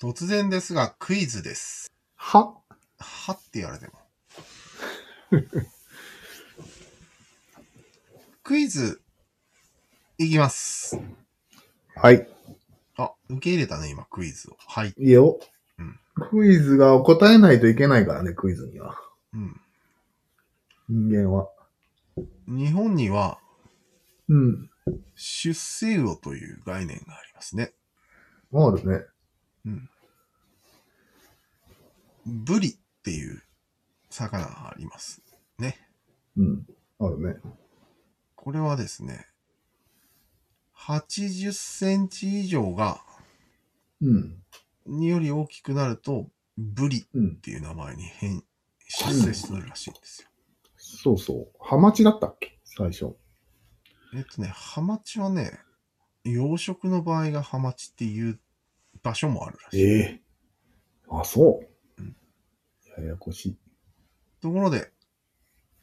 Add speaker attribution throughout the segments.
Speaker 1: 突然ですが、クイズです。
Speaker 2: は
Speaker 1: はって言われても。クイズ、いきます。
Speaker 2: はい。
Speaker 1: あ、受け入れたね、今、クイズを。はい。
Speaker 2: いいよ
Speaker 1: うん。
Speaker 2: クイズが答えないといけないからね、クイズには。
Speaker 1: うん。
Speaker 2: 人間は。
Speaker 1: 日本には、
Speaker 2: うん。
Speaker 1: 出世魚という概念がありますね。
Speaker 2: そうですね。
Speaker 1: ブリっていう魚があります。ね。
Speaker 2: うん。そうですね。
Speaker 1: これはですね、80センチ以上が、
Speaker 2: うん。
Speaker 1: により大きくなると、ブリ
Speaker 2: うん
Speaker 1: っ。ていう名前に変、出世するらしいんですよ。
Speaker 2: そうそう。ハマチだったっけ最初。
Speaker 1: えっとね、ハマチはね、養殖の場合がハマチっていう場所もあるらしい。
Speaker 2: えあ、そう
Speaker 1: うん。
Speaker 2: ややこしい。
Speaker 1: ところで、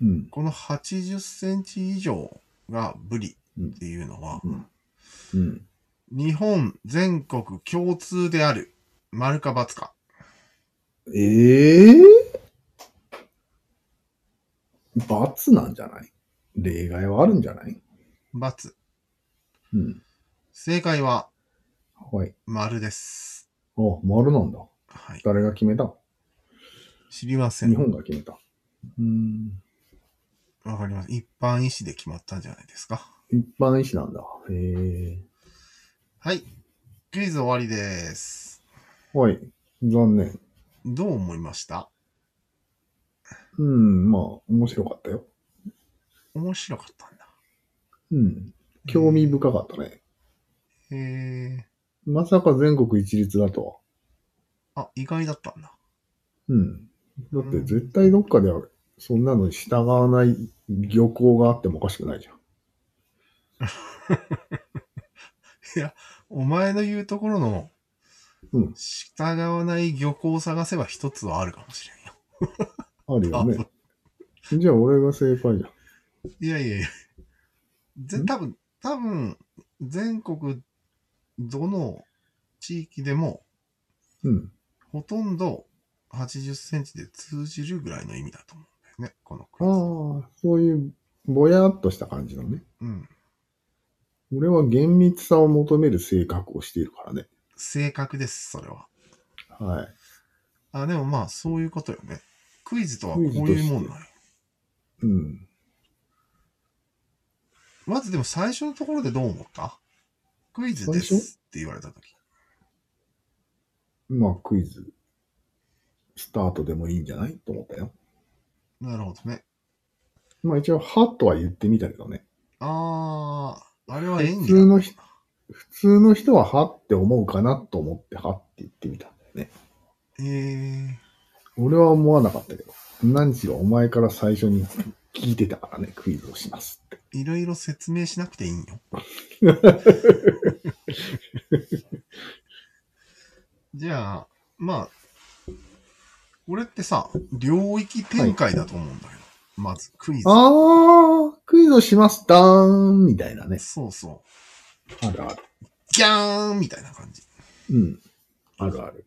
Speaker 2: うん。
Speaker 1: この80センチ以上がブリっていうのは、
Speaker 2: うん。うん。
Speaker 1: 日本全国共通である、丸か×か。
Speaker 2: ええ罰なんじゃない例外はあるんじゃない
Speaker 1: ×。
Speaker 2: うん。
Speaker 1: 正解は、
Speaker 2: はい。
Speaker 1: 丸です。
Speaker 2: あ、丸なんだ。
Speaker 1: はい。
Speaker 2: 誰が決めた
Speaker 1: 知りません。
Speaker 2: 日本が決めた。うーん。
Speaker 1: わかります。一般医師で決まったんじゃないですか。
Speaker 2: 一般医師なんだ。へえ。
Speaker 1: はい。クイズ終わりです。
Speaker 2: はい。残念。
Speaker 1: どう思いました
Speaker 2: うん、まあ、面白かったよ。
Speaker 1: 面白かったんだ。
Speaker 2: うん。興味深かったね。
Speaker 1: へえ。
Speaker 2: まさか全国一律だとは。
Speaker 1: あ、意外だったんだ。
Speaker 2: うん。だって絶対どっかでは、そんなのに従わない漁港があってもおかしくないじゃん。
Speaker 1: いや、お前の言うところの、
Speaker 2: うん
Speaker 1: 従わない漁港を探せば一つはあるかもしれんよ。
Speaker 2: あるよね。じゃあ俺が正解じゃん。
Speaker 1: いやいやいや。ぜ
Speaker 2: ん
Speaker 1: 多分、多分、全国、どの地域でも、
Speaker 2: うん。
Speaker 1: ほとんど80センチで通じるぐらいの意味だと思うんだよね、このクイズ。
Speaker 2: ああ、そういうぼやっとした感じのね。
Speaker 1: うん。
Speaker 2: 俺は厳密さを求める性格をしているからね。
Speaker 1: 正確です、それは。
Speaker 2: はい。
Speaker 1: あ、でもまあ、そういうことよね。クイズとはこう
Speaker 2: クイズとして
Speaker 1: いうもんなんよ。
Speaker 2: うん。
Speaker 1: まずでも最初のところでどう思ったクイズで
Speaker 2: 最初
Speaker 1: すって言われたとき。
Speaker 2: まあ、クイズ、スタートでもいいんじゃないと思ったよ。
Speaker 1: なるほどね。
Speaker 2: まあ一応、はとは言ってみたけどね。
Speaker 1: あー、あれは演技
Speaker 2: 普通
Speaker 1: だ。
Speaker 2: の人、普通の人ははって思うかなと思って、はって言ってみたんだよね。
Speaker 1: えー、
Speaker 2: 俺は思わなかったけど。何しろお前から最初に聞いてたからね、クイズをしますって。
Speaker 1: いろいろ説明しなくていいんよ。 じゃあ、まあ、これってさ、領域展開だと思うんだけど、まずクイズ。
Speaker 2: あー、クイズをします、だーん、みたいなね。
Speaker 1: そうそう。
Speaker 2: あるある。
Speaker 1: ギャーンみたいな感じ。
Speaker 2: うん。あるある。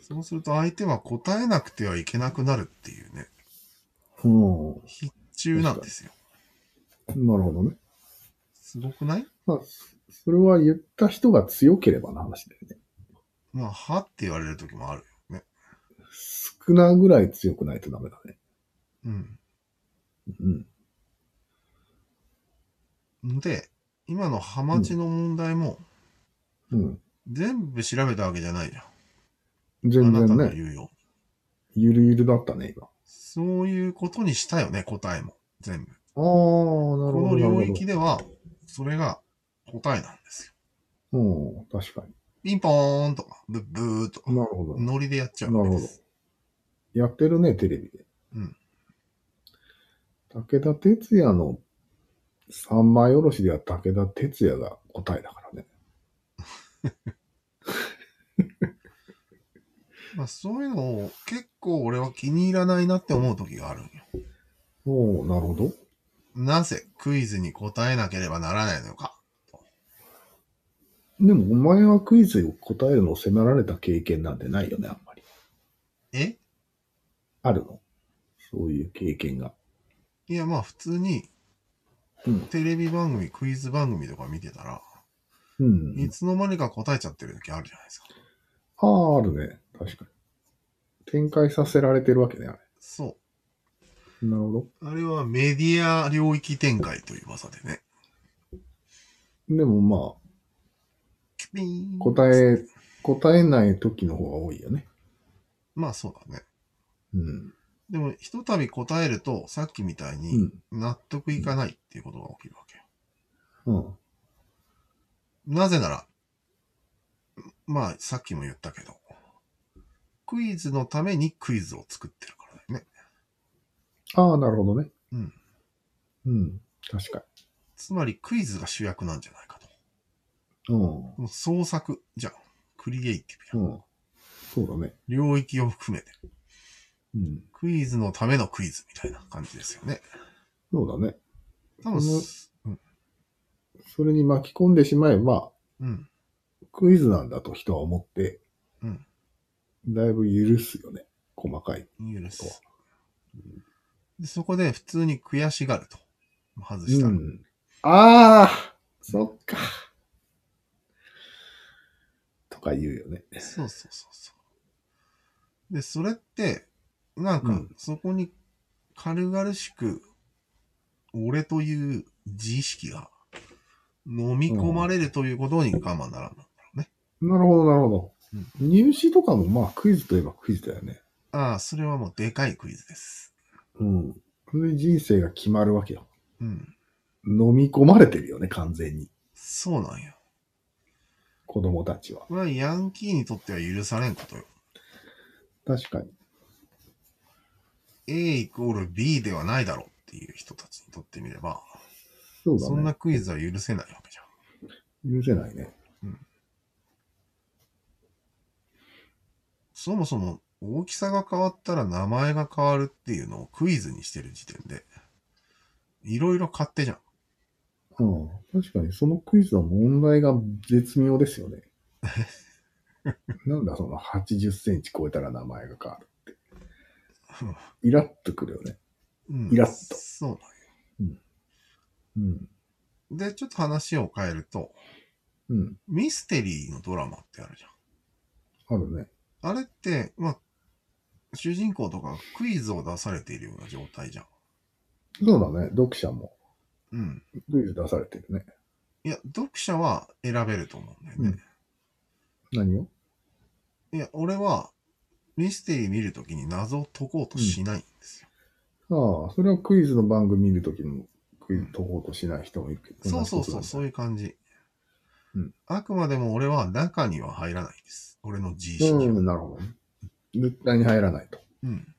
Speaker 1: そうすると相手は答えなくてはいけなくなるっていうね、
Speaker 2: うん。
Speaker 1: 必中なんですよ。
Speaker 2: なるほどね。
Speaker 1: すごくない
Speaker 2: まあ、それは言った人が強ければの話だよね。
Speaker 1: まあ、はって言われる時もあるよね。
Speaker 2: 少なぐらい強くないとダメだね。
Speaker 1: うん。
Speaker 2: うん。
Speaker 1: で、今のハマチの問題も、
Speaker 2: うん。
Speaker 1: 全部調べたわけじゃないじゃん。
Speaker 2: 全
Speaker 1: あなた
Speaker 2: 然
Speaker 1: の
Speaker 2: ね、
Speaker 1: 言うように。
Speaker 2: ゆるゆるだったね、今。
Speaker 1: そういうことにしたよね、答えも。全部。
Speaker 2: あー、
Speaker 1: こ
Speaker 2: なるほ
Speaker 1: の
Speaker 2: ど。なる
Speaker 1: 領
Speaker 2: ほ
Speaker 1: 域では、それが答えなんですよ。
Speaker 2: ど。うん、確か
Speaker 1: ピンポーンとか、ブッブーとか
Speaker 2: に。、なるほど。
Speaker 1: ノリでやっちゃうわけです。
Speaker 2: やってるね、テレビで。
Speaker 1: うん。
Speaker 2: 武田鉄矢の三枚おろしでは武田鉄矢が答えだからね。
Speaker 1: まあ、そういうのを結構俺は気に入らないなって思う時があるんよ。
Speaker 2: おおなるほど。
Speaker 1: なぜクイズに答えなければならないのか。
Speaker 2: でもお前はクイズを答えるのを迫られた経験なんてないよね、あんまり。
Speaker 1: え
Speaker 2: あるのそういう経験が。
Speaker 1: いや、まあ普通に
Speaker 2: うん、
Speaker 1: テレビ番組、クイズ番組とか見てたら、
Speaker 2: うん。
Speaker 1: いつの間にか答えちゃってる時あるじゃないですか。
Speaker 2: ああ、あるね。確かに。展開させられてるわけね、あれ。
Speaker 1: そ
Speaker 2: なるほど。
Speaker 1: う。あれはメディア領域展開という技でね。
Speaker 2: でもまあ、
Speaker 1: ピーン
Speaker 2: 答え、答えない時の方が多いよね。
Speaker 1: まあそうだね。
Speaker 2: うん。
Speaker 1: でも、ひとたび答えると、さっきみたいうに
Speaker 2: ん。
Speaker 1: 納得いかないっていうことが起きるわけよ。
Speaker 2: うん。
Speaker 1: なぜなら、まあさっきも言ったけど、クイズのためにクイズを作ってるからだよね。
Speaker 2: ああ、なるほどね。
Speaker 1: うん。
Speaker 2: うん。確か
Speaker 1: つまりクイズが主役なんじゃないかと。
Speaker 2: に。うん。
Speaker 1: もう創作じゃん。クリエイティブやん。
Speaker 2: うん。そうだね。
Speaker 1: 領域を含めて、
Speaker 2: うん。
Speaker 1: クイズのためのクイズみたいな感じですよね。
Speaker 2: そうだね。
Speaker 1: 多分、うん、
Speaker 2: それに巻き込んでしまえば、
Speaker 1: うん、
Speaker 2: クイズなんだと人は思って、
Speaker 1: うん。
Speaker 2: だいぶ許すよね。細かい。
Speaker 1: 許す。でそこで普通に悔しがると。外した
Speaker 2: う
Speaker 1: ら。
Speaker 2: ん。ああそっか。とか言うよね。
Speaker 1: そうそうそうそう。で、それって、なん
Speaker 2: う
Speaker 1: か
Speaker 2: ん、
Speaker 1: そこに軽々しく、俺という自意識が飲み込まれるということに我慢ならんの。
Speaker 2: なるほど、なるほど。入試とかもまあクイズといえばクイズだよね。
Speaker 1: ああ、それはもうでかいクイズです。
Speaker 2: うん。それで人生が決まるわけよ。
Speaker 1: うん。
Speaker 2: 飲み込まれてるよね、完全に。
Speaker 1: そうなんよ。
Speaker 2: 子供たちは。
Speaker 1: これはヤンキーにとっては許されんことよ。
Speaker 2: 確かに。
Speaker 1: A イコール B ではないだろうっていう人たちにとってみれば、
Speaker 2: そうだね。
Speaker 1: そんなクイズは許せないわけじゃん。
Speaker 2: 許せないね。
Speaker 1: そもそも大きさが変わったら名前が変わるっていうのをクイズにしてる時点で、いろいろ勝手じゃん。
Speaker 2: うん。確かに、そのクイズは問題が絶妙です よね。なんだ、その80センチ超えたら名前が変わる。イラッとくるよね。
Speaker 1: うん
Speaker 2: イラッと
Speaker 1: そうなんよ
Speaker 2: うん。
Speaker 1: で、ちょっと話を変えると、
Speaker 2: うん。
Speaker 1: ミステリーのドラマってあるじ
Speaker 2: あるね。
Speaker 1: ゃん。あれって、まあ、主人公とかがクイズを出されているような状態じゃん。
Speaker 2: そうだね。読者も
Speaker 1: うん。
Speaker 2: クイズ出されてるね。
Speaker 1: いや、読者は選べると思うんだよね。
Speaker 2: 何を
Speaker 1: いや、俺はミステリー見るときに謎を解こうとしないんですよ。
Speaker 2: ああ、それはクイズの番組見るときもクイズ解こうとしない人もいるけど。
Speaker 1: そうそうそう、そう
Speaker 2: う。
Speaker 1: いう感じ。
Speaker 2: うん
Speaker 1: あくまでも俺は中には入らないです。俺の自意識は。
Speaker 2: うん、なるほどね。絶対に入らないと。
Speaker 1: うん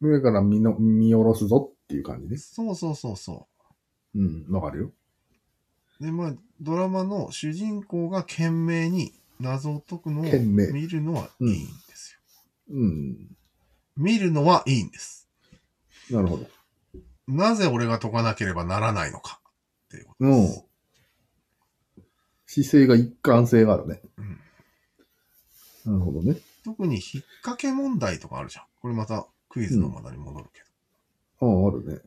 Speaker 2: 上から見の見下ろすぞっていう感じです。
Speaker 1: そうそうそうそ
Speaker 2: うん、わかるよ。
Speaker 1: う。で、まあ、ドラマの主人公が懸命に謎を解くのを
Speaker 2: 懸命
Speaker 1: 見るのはいいんですよ。
Speaker 2: うん、
Speaker 1: 見るのはいいんです。
Speaker 2: なるほど。
Speaker 1: なぜ俺が解かなければならないのかっていうこと
Speaker 2: う
Speaker 1: で
Speaker 2: ん
Speaker 1: す。。
Speaker 2: 姿勢が一貫性があるね。
Speaker 1: うん
Speaker 2: なるほどね。
Speaker 1: 特に引っ掛け問題とかあるじゃん。これまたクイズのまだに戻るけど。
Speaker 2: ああ、あるね。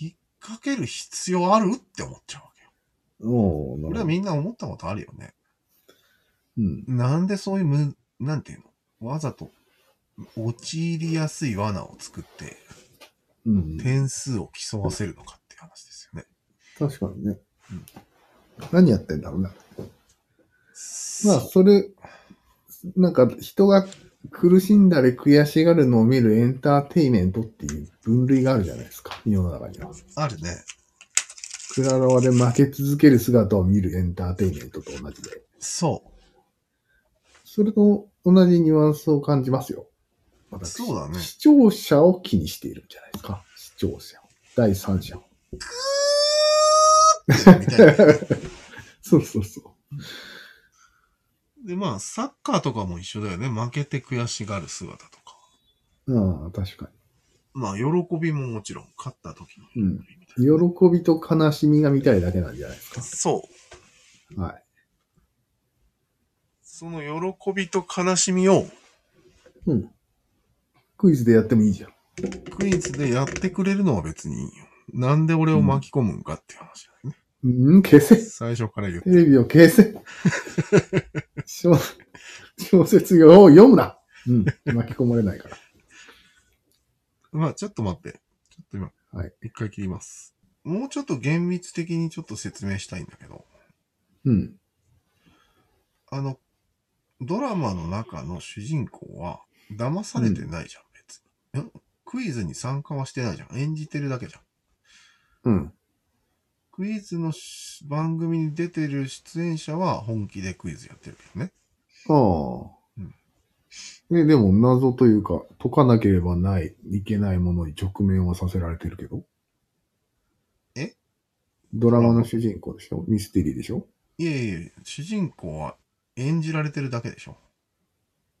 Speaker 1: 引っ掛ける必要あるって思っちゃうわけよ。
Speaker 2: おおな
Speaker 1: これ
Speaker 2: る
Speaker 1: は
Speaker 2: ほど。
Speaker 1: みんな思ったことあるよね。
Speaker 2: うん。
Speaker 1: なんでそういうむ、なんていうのわざと、陥りやすい罠を作って、
Speaker 2: うん。
Speaker 1: 点数を競わせるのかっていう話ですよね。
Speaker 2: 確かにね
Speaker 1: うん。
Speaker 2: 何やってんだろうな。まあ、
Speaker 1: そ
Speaker 2: それ、なんか人が苦しんだり悔しがるのを見るエンターテイメントっていう分類があるじゃないですか。世の中には。
Speaker 1: う、あるね。
Speaker 2: クラロワで負け続ける姿を見るエンターテイメントと同じで。
Speaker 1: そ
Speaker 2: それと同じニュアンスを感じますよ。
Speaker 1: う。
Speaker 2: 私
Speaker 1: そうだね。
Speaker 2: 視聴者を気にしているんじゃないですか。視聴者を。第三者を。
Speaker 1: みたいな。
Speaker 2: そうそうそ
Speaker 1: で、まあ、サッカーとかも一緒だよね。負けて悔しがる姿とか。
Speaker 2: う。うん、確か
Speaker 1: まあ、喜びももちろん、勝った時の喜びみたい
Speaker 2: に。
Speaker 1: なね、
Speaker 2: 喜びと悲しみが見たいだけなんじゃないです
Speaker 1: そう。
Speaker 2: か。はい。
Speaker 1: その喜びと悲しみを
Speaker 2: うん。クイズでやってもいいじゃん。
Speaker 1: クイズでやってくれるのは別にいいよ。なんで俺を巻き込むんかっていう話だよね。
Speaker 2: うん、消せ。
Speaker 1: 最初から言って
Speaker 2: テ。レビを消せ。小小説を読むな。うん。巻き込まれないから。
Speaker 1: まあ、ちょっと待って。ちょっと今、
Speaker 2: はい
Speaker 1: 一回切ります。もうちょっと厳密的にちょっと説明したいんだけど、
Speaker 2: うん。
Speaker 1: あの、ドラマの中の主人公は騙されてないじゃん、別に。んクイズに参加はしてないじゃん。演じてるだけじゃん。
Speaker 2: うん。
Speaker 1: クイズのし番組に出てる出演者は本気でクイズやってるけどね。
Speaker 2: ああ。ね、でも謎というか、解かなければない、いけないものに直面はさせられてるけど。
Speaker 1: え
Speaker 2: ドラマの主人公でしょミステリーでしょ
Speaker 1: いえいえ、主人公は演じられてるだけでしょ。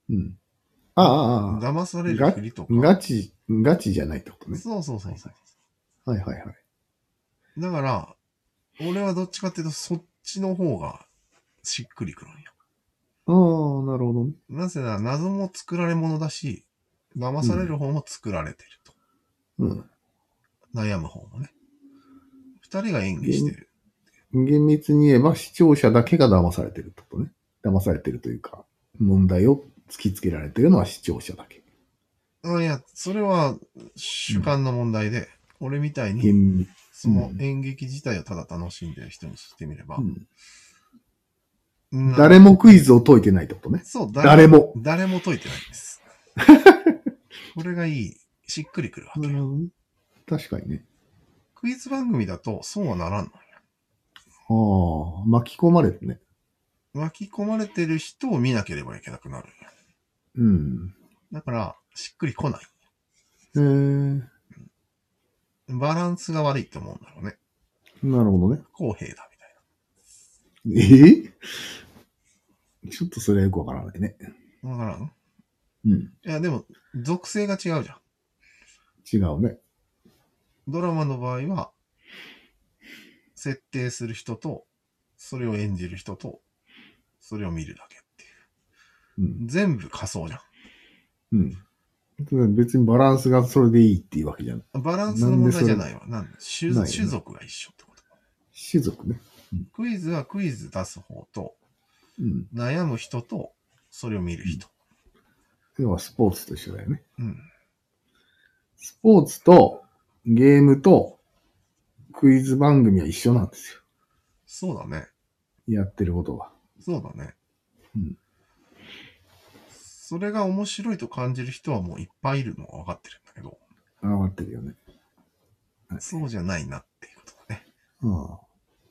Speaker 2: うん。ああ、ああああ、
Speaker 1: 騙されるふりとか。
Speaker 2: ガチ、ガチじゃないってことね。
Speaker 1: そうそうそうそう。
Speaker 2: はいはいはい。
Speaker 1: だから、俺はどっちかっていうと、そっちの方がしっくりくるんよ。
Speaker 2: ああ、なるほどね。
Speaker 1: なぜなら、謎も作られ物だし、騙される方も作られてると。
Speaker 2: うん。
Speaker 1: 悩む方もね。二人が演技してる。
Speaker 2: 厳密に言えば視聴者だけが騙されてるってことね。騙されてるというか、問題を突きつけられてるのは視聴者だけ。
Speaker 1: あいや、それは主観の問題で、俺みたいに、
Speaker 2: 厳密。
Speaker 1: その演劇自体をただ楽しんでる人にしてみれば
Speaker 2: う。ん
Speaker 1: な
Speaker 2: 誰もクイズを解いてないってことね。
Speaker 1: そう、
Speaker 2: 誰も。
Speaker 1: 誰も解いてないん です。これがいい。しっくりくるわけよ。
Speaker 2: 確かにね。
Speaker 1: クイズ番組だと、そうはならんの。
Speaker 2: ああ、巻き込まれてね。
Speaker 1: 巻き込まれてる人を見なければいけなくなるんや。
Speaker 2: うん。
Speaker 1: だから、しっくりこない。
Speaker 2: へえ
Speaker 1: バランスが悪いって思うんだろうね。
Speaker 2: なるほどね。
Speaker 1: 不公平だ、みたい
Speaker 2: え えちょっとそれはよくわからないね。
Speaker 1: な。わからん
Speaker 2: うん。
Speaker 1: いや、でも、属性が違うじゃん。
Speaker 2: 違うね。
Speaker 1: ドラマの場合は、設定する人と、それを演じる人と、それを見るだけっていう。
Speaker 2: うん。
Speaker 1: 全部仮想じゃ
Speaker 2: うん。別にバランスがそれでいいっていうわけじゃん。
Speaker 1: ん。バランスの問題じゃないわ。なんで種
Speaker 2: ないよね
Speaker 1: 種族が一緒ってこと。
Speaker 2: 種族ね。
Speaker 1: クイズはクイズ出す方と、
Speaker 2: うん。
Speaker 1: 悩む人と、それを見る人。
Speaker 2: 要はスポーツと一緒だよね。
Speaker 1: うん。
Speaker 2: スポーツとゲームとクイズ番組は一緒なんです
Speaker 1: そうだね。
Speaker 2: よ。やってることは。
Speaker 1: そうだね。
Speaker 2: うん
Speaker 1: それが面白いと感じる人はもういっぱいいるのは分かってるんだけど、
Speaker 2: 上がってるよね。
Speaker 1: そうじゃないなっていうことだね。
Speaker 2: ああ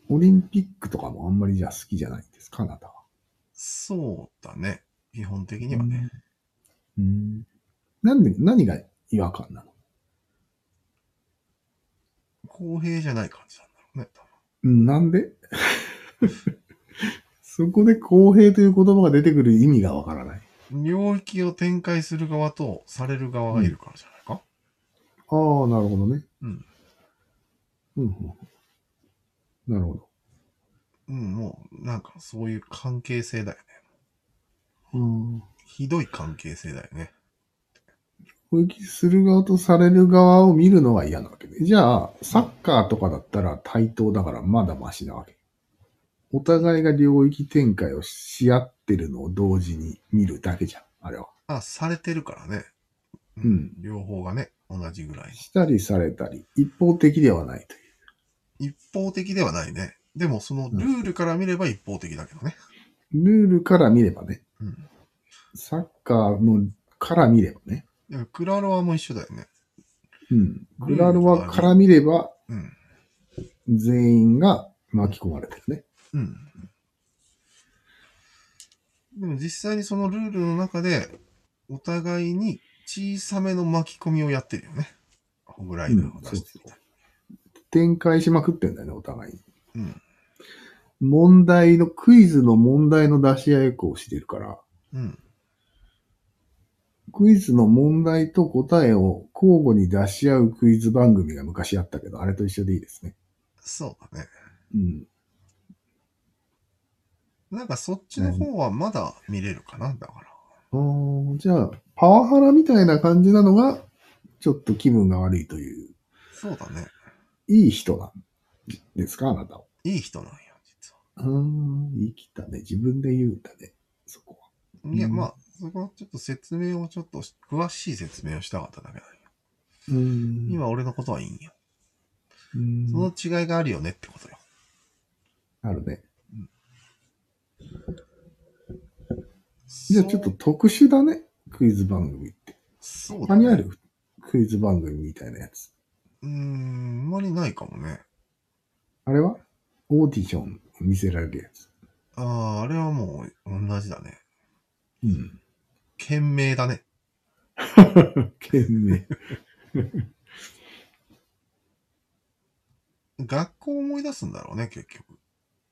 Speaker 2: オリンピックとかもあんまりじゃあ好きじゃないんですか、あなたは。
Speaker 1: そうだね。基本的にはね。
Speaker 2: うん。なんで、何が違和感なの
Speaker 1: 公平じゃない感じなんだろうね。多分
Speaker 2: うん、なんで そこで公平という言葉が出てくる意味がわからない。
Speaker 1: 領域を展開する側とされる側がいるからじゃないか、
Speaker 2: ああ、なるほどね。
Speaker 1: うん。
Speaker 2: うん、うん。なるほど。
Speaker 1: うん、もうなんかそういう関係性だよね。
Speaker 2: うん。
Speaker 1: ひどい関係性だよね。
Speaker 2: 攻撃する側とされる側を見るのは嫌なわけで。じゃあ、サッカーとかだったら対等だからまだマシなわけ。お互いが領域展開をし合ってるのを同時に見るだけじゃん、あれは。
Speaker 1: あ、されてるからね。う
Speaker 2: うん
Speaker 1: 両方がね、同じぐらいの。
Speaker 2: したりされたり、一方的ではないとい
Speaker 1: 一方的ではないね。でもそのルールから見れば一方的だけどね。
Speaker 2: う。ルールから見ればね、
Speaker 1: うん。
Speaker 2: サッカーのから見ればね。
Speaker 1: でもクラロワも一緒だよね。
Speaker 2: うん。
Speaker 1: グ
Speaker 2: グ
Speaker 1: ラ
Speaker 2: ラ
Speaker 1: ル
Speaker 2: ル
Speaker 1: ワ
Speaker 2: ワから見れば、
Speaker 1: うん。
Speaker 2: 全員が巻き込まれてるね。
Speaker 1: うん。でも実際にそのルールの中で、お互いに小さめの巻き込みをやってるよね。ホグライダーを出してみたり。
Speaker 2: 展開しまくってんだよね、お互いに。
Speaker 1: うん。
Speaker 2: 問題の、クイズの問題の出し合いをしてるから、
Speaker 1: うん。
Speaker 2: クイズの問題と答えを交互に出し合うクイズ番組が昔あったけど、あれと一緒でいいですね。
Speaker 1: そうだね。
Speaker 2: うん。
Speaker 1: なんかそっちの方はまだ見れるかな、だから。
Speaker 2: あーじゃあ、パワハラみたいな感じなのが、ちょっと気分が悪いという、
Speaker 1: そうだね。
Speaker 2: いい人なんですか、あなたは。
Speaker 1: いい人なんや、実は。
Speaker 2: うーん、言い切ったね。自分で言うんだね。そこは。
Speaker 1: いや、
Speaker 2: うん
Speaker 1: まあ、そこはちょっと説明をちょっとし、詳しい説明をしたかっただけだよ。
Speaker 2: うーん
Speaker 1: 今俺のことはいいんや。
Speaker 2: うーん
Speaker 1: その違いがあるよねってことよ。
Speaker 2: あるね。じ
Speaker 1: じ
Speaker 2: ゃあちょっと、特殊だね。クイズ番組って。
Speaker 1: そう
Speaker 2: 他
Speaker 1: だ
Speaker 2: にあ
Speaker 1: ね。
Speaker 2: るクイズ番組みたいなやつ。
Speaker 1: うーん、あんまりないかもね。
Speaker 2: あれはオーディションを見せられるやつ。
Speaker 1: ああ、あれはもう同じだね。
Speaker 2: うん。
Speaker 1: 懸命だね。
Speaker 2: 懸 命。
Speaker 1: 学校を思い出すんだろうね、結局。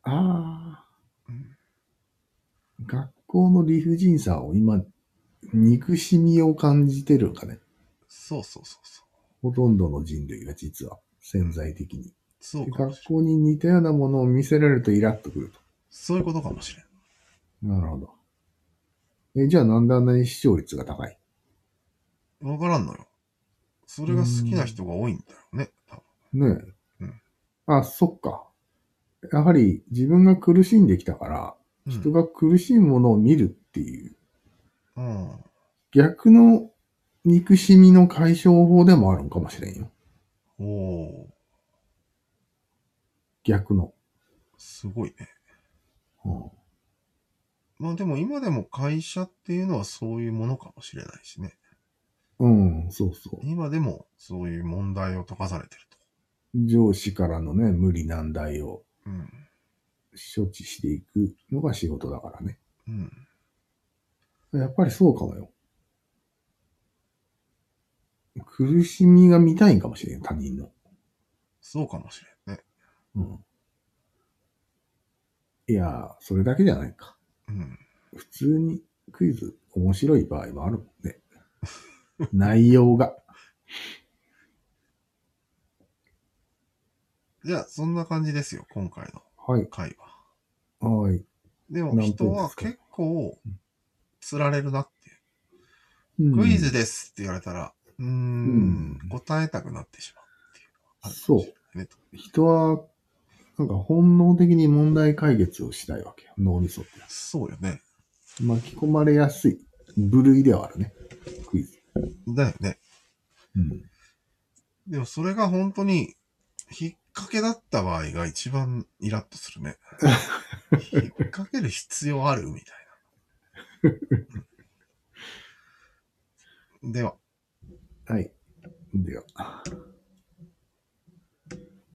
Speaker 2: ああ
Speaker 1: うん。
Speaker 2: 学校の理不尽さを今、憎しみを感じてるんかね。
Speaker 1: そうそうそうそう。
Speaker 2: ほとんどの人類が実は潜在的に。
Speaker 1: そうかも
Speaker 2: 学
Speaker 1: しれん。
Speaker 2: 校に似たようなものを見せられるとイラッとくると。
Speaker 1: そういうことかもしれん。
Speaker 2: なるほど。え、じゃあなんであんなに視聴率が高い
Speaker 1: わからんのよ。それが好きな人が多いんだよね、多分。
Speaker 2: ねえ。
Speaker 1: うん
Speaker 2: あ、そっか。やはり自分が苦しんできたから、
Speaker 1: うん
Speaker 2: 人が苦しいものを見るっていう、
Speaker 1: うん。
Speaker 2: 逆の憎しみの解消法でもあるんかもしれんよ。
Speaker 1: おおー
Speaker 2: 逆の。
Speaker 1: すごいね。
Speaker 2: うん
Speaker 1: まあでも今でも会社っていうのはそういうものかもしれないしね。
Speaker 2: うん、そうそう。
Speaker 1: 今でもそういう問題を解かされてると。
Speaker 2: 上司からのね、無理難題を
Speaker 1: うん。
Speaker 2: 処置していくのが仕事だからね。
Speaker 1: うん。
Speaker 2: やっぱりそうかもよ。苦しみが見たいんかもしれん、他人の。
Speaker 1: そうかもしれんね。
Speaker 2: うん。いやー、それだけじゃないか。
Speaker 1: うん。
Speaker 2: 普通にクイズ面白い場合もあるもんね。内容が。
Speaker 1: じゃあそんな感じですよ、今回の
Speaker 2: はい。
Speaker 1: 回は。
Speaker 2: はい。
Speaker 1: でも
Speaker 2: 何分
Speaker 1: 人
Speaker 2: で
Speaker 1: は
Speaker 2: すか
Speaker 1: 結構釣られるなっていう。
Speaker 2: うん
Speaker 1: クイズですって言われたら、うーん
Speaker 2: うん
Speaker 1: 答えたくなってしまうっていう。
Speaker 2: そう
Speaker 1: う。ねと
Speaker 2: 人は、なんか本能的に問題解決をしたいわけよ。脳みそって。
Speaker 1: そうよね。
Speaker 2: 巻き込まれやすい部類ではあるね。クイズ。
Speaker 1: だよね。
Speaker 2: うん。
Speaker 1: でもそれが本当に、引っ掛けだった場合が一番イラッとするね。引っ掛ける必要あるみたいな。では。
Speaker 2: はい。では。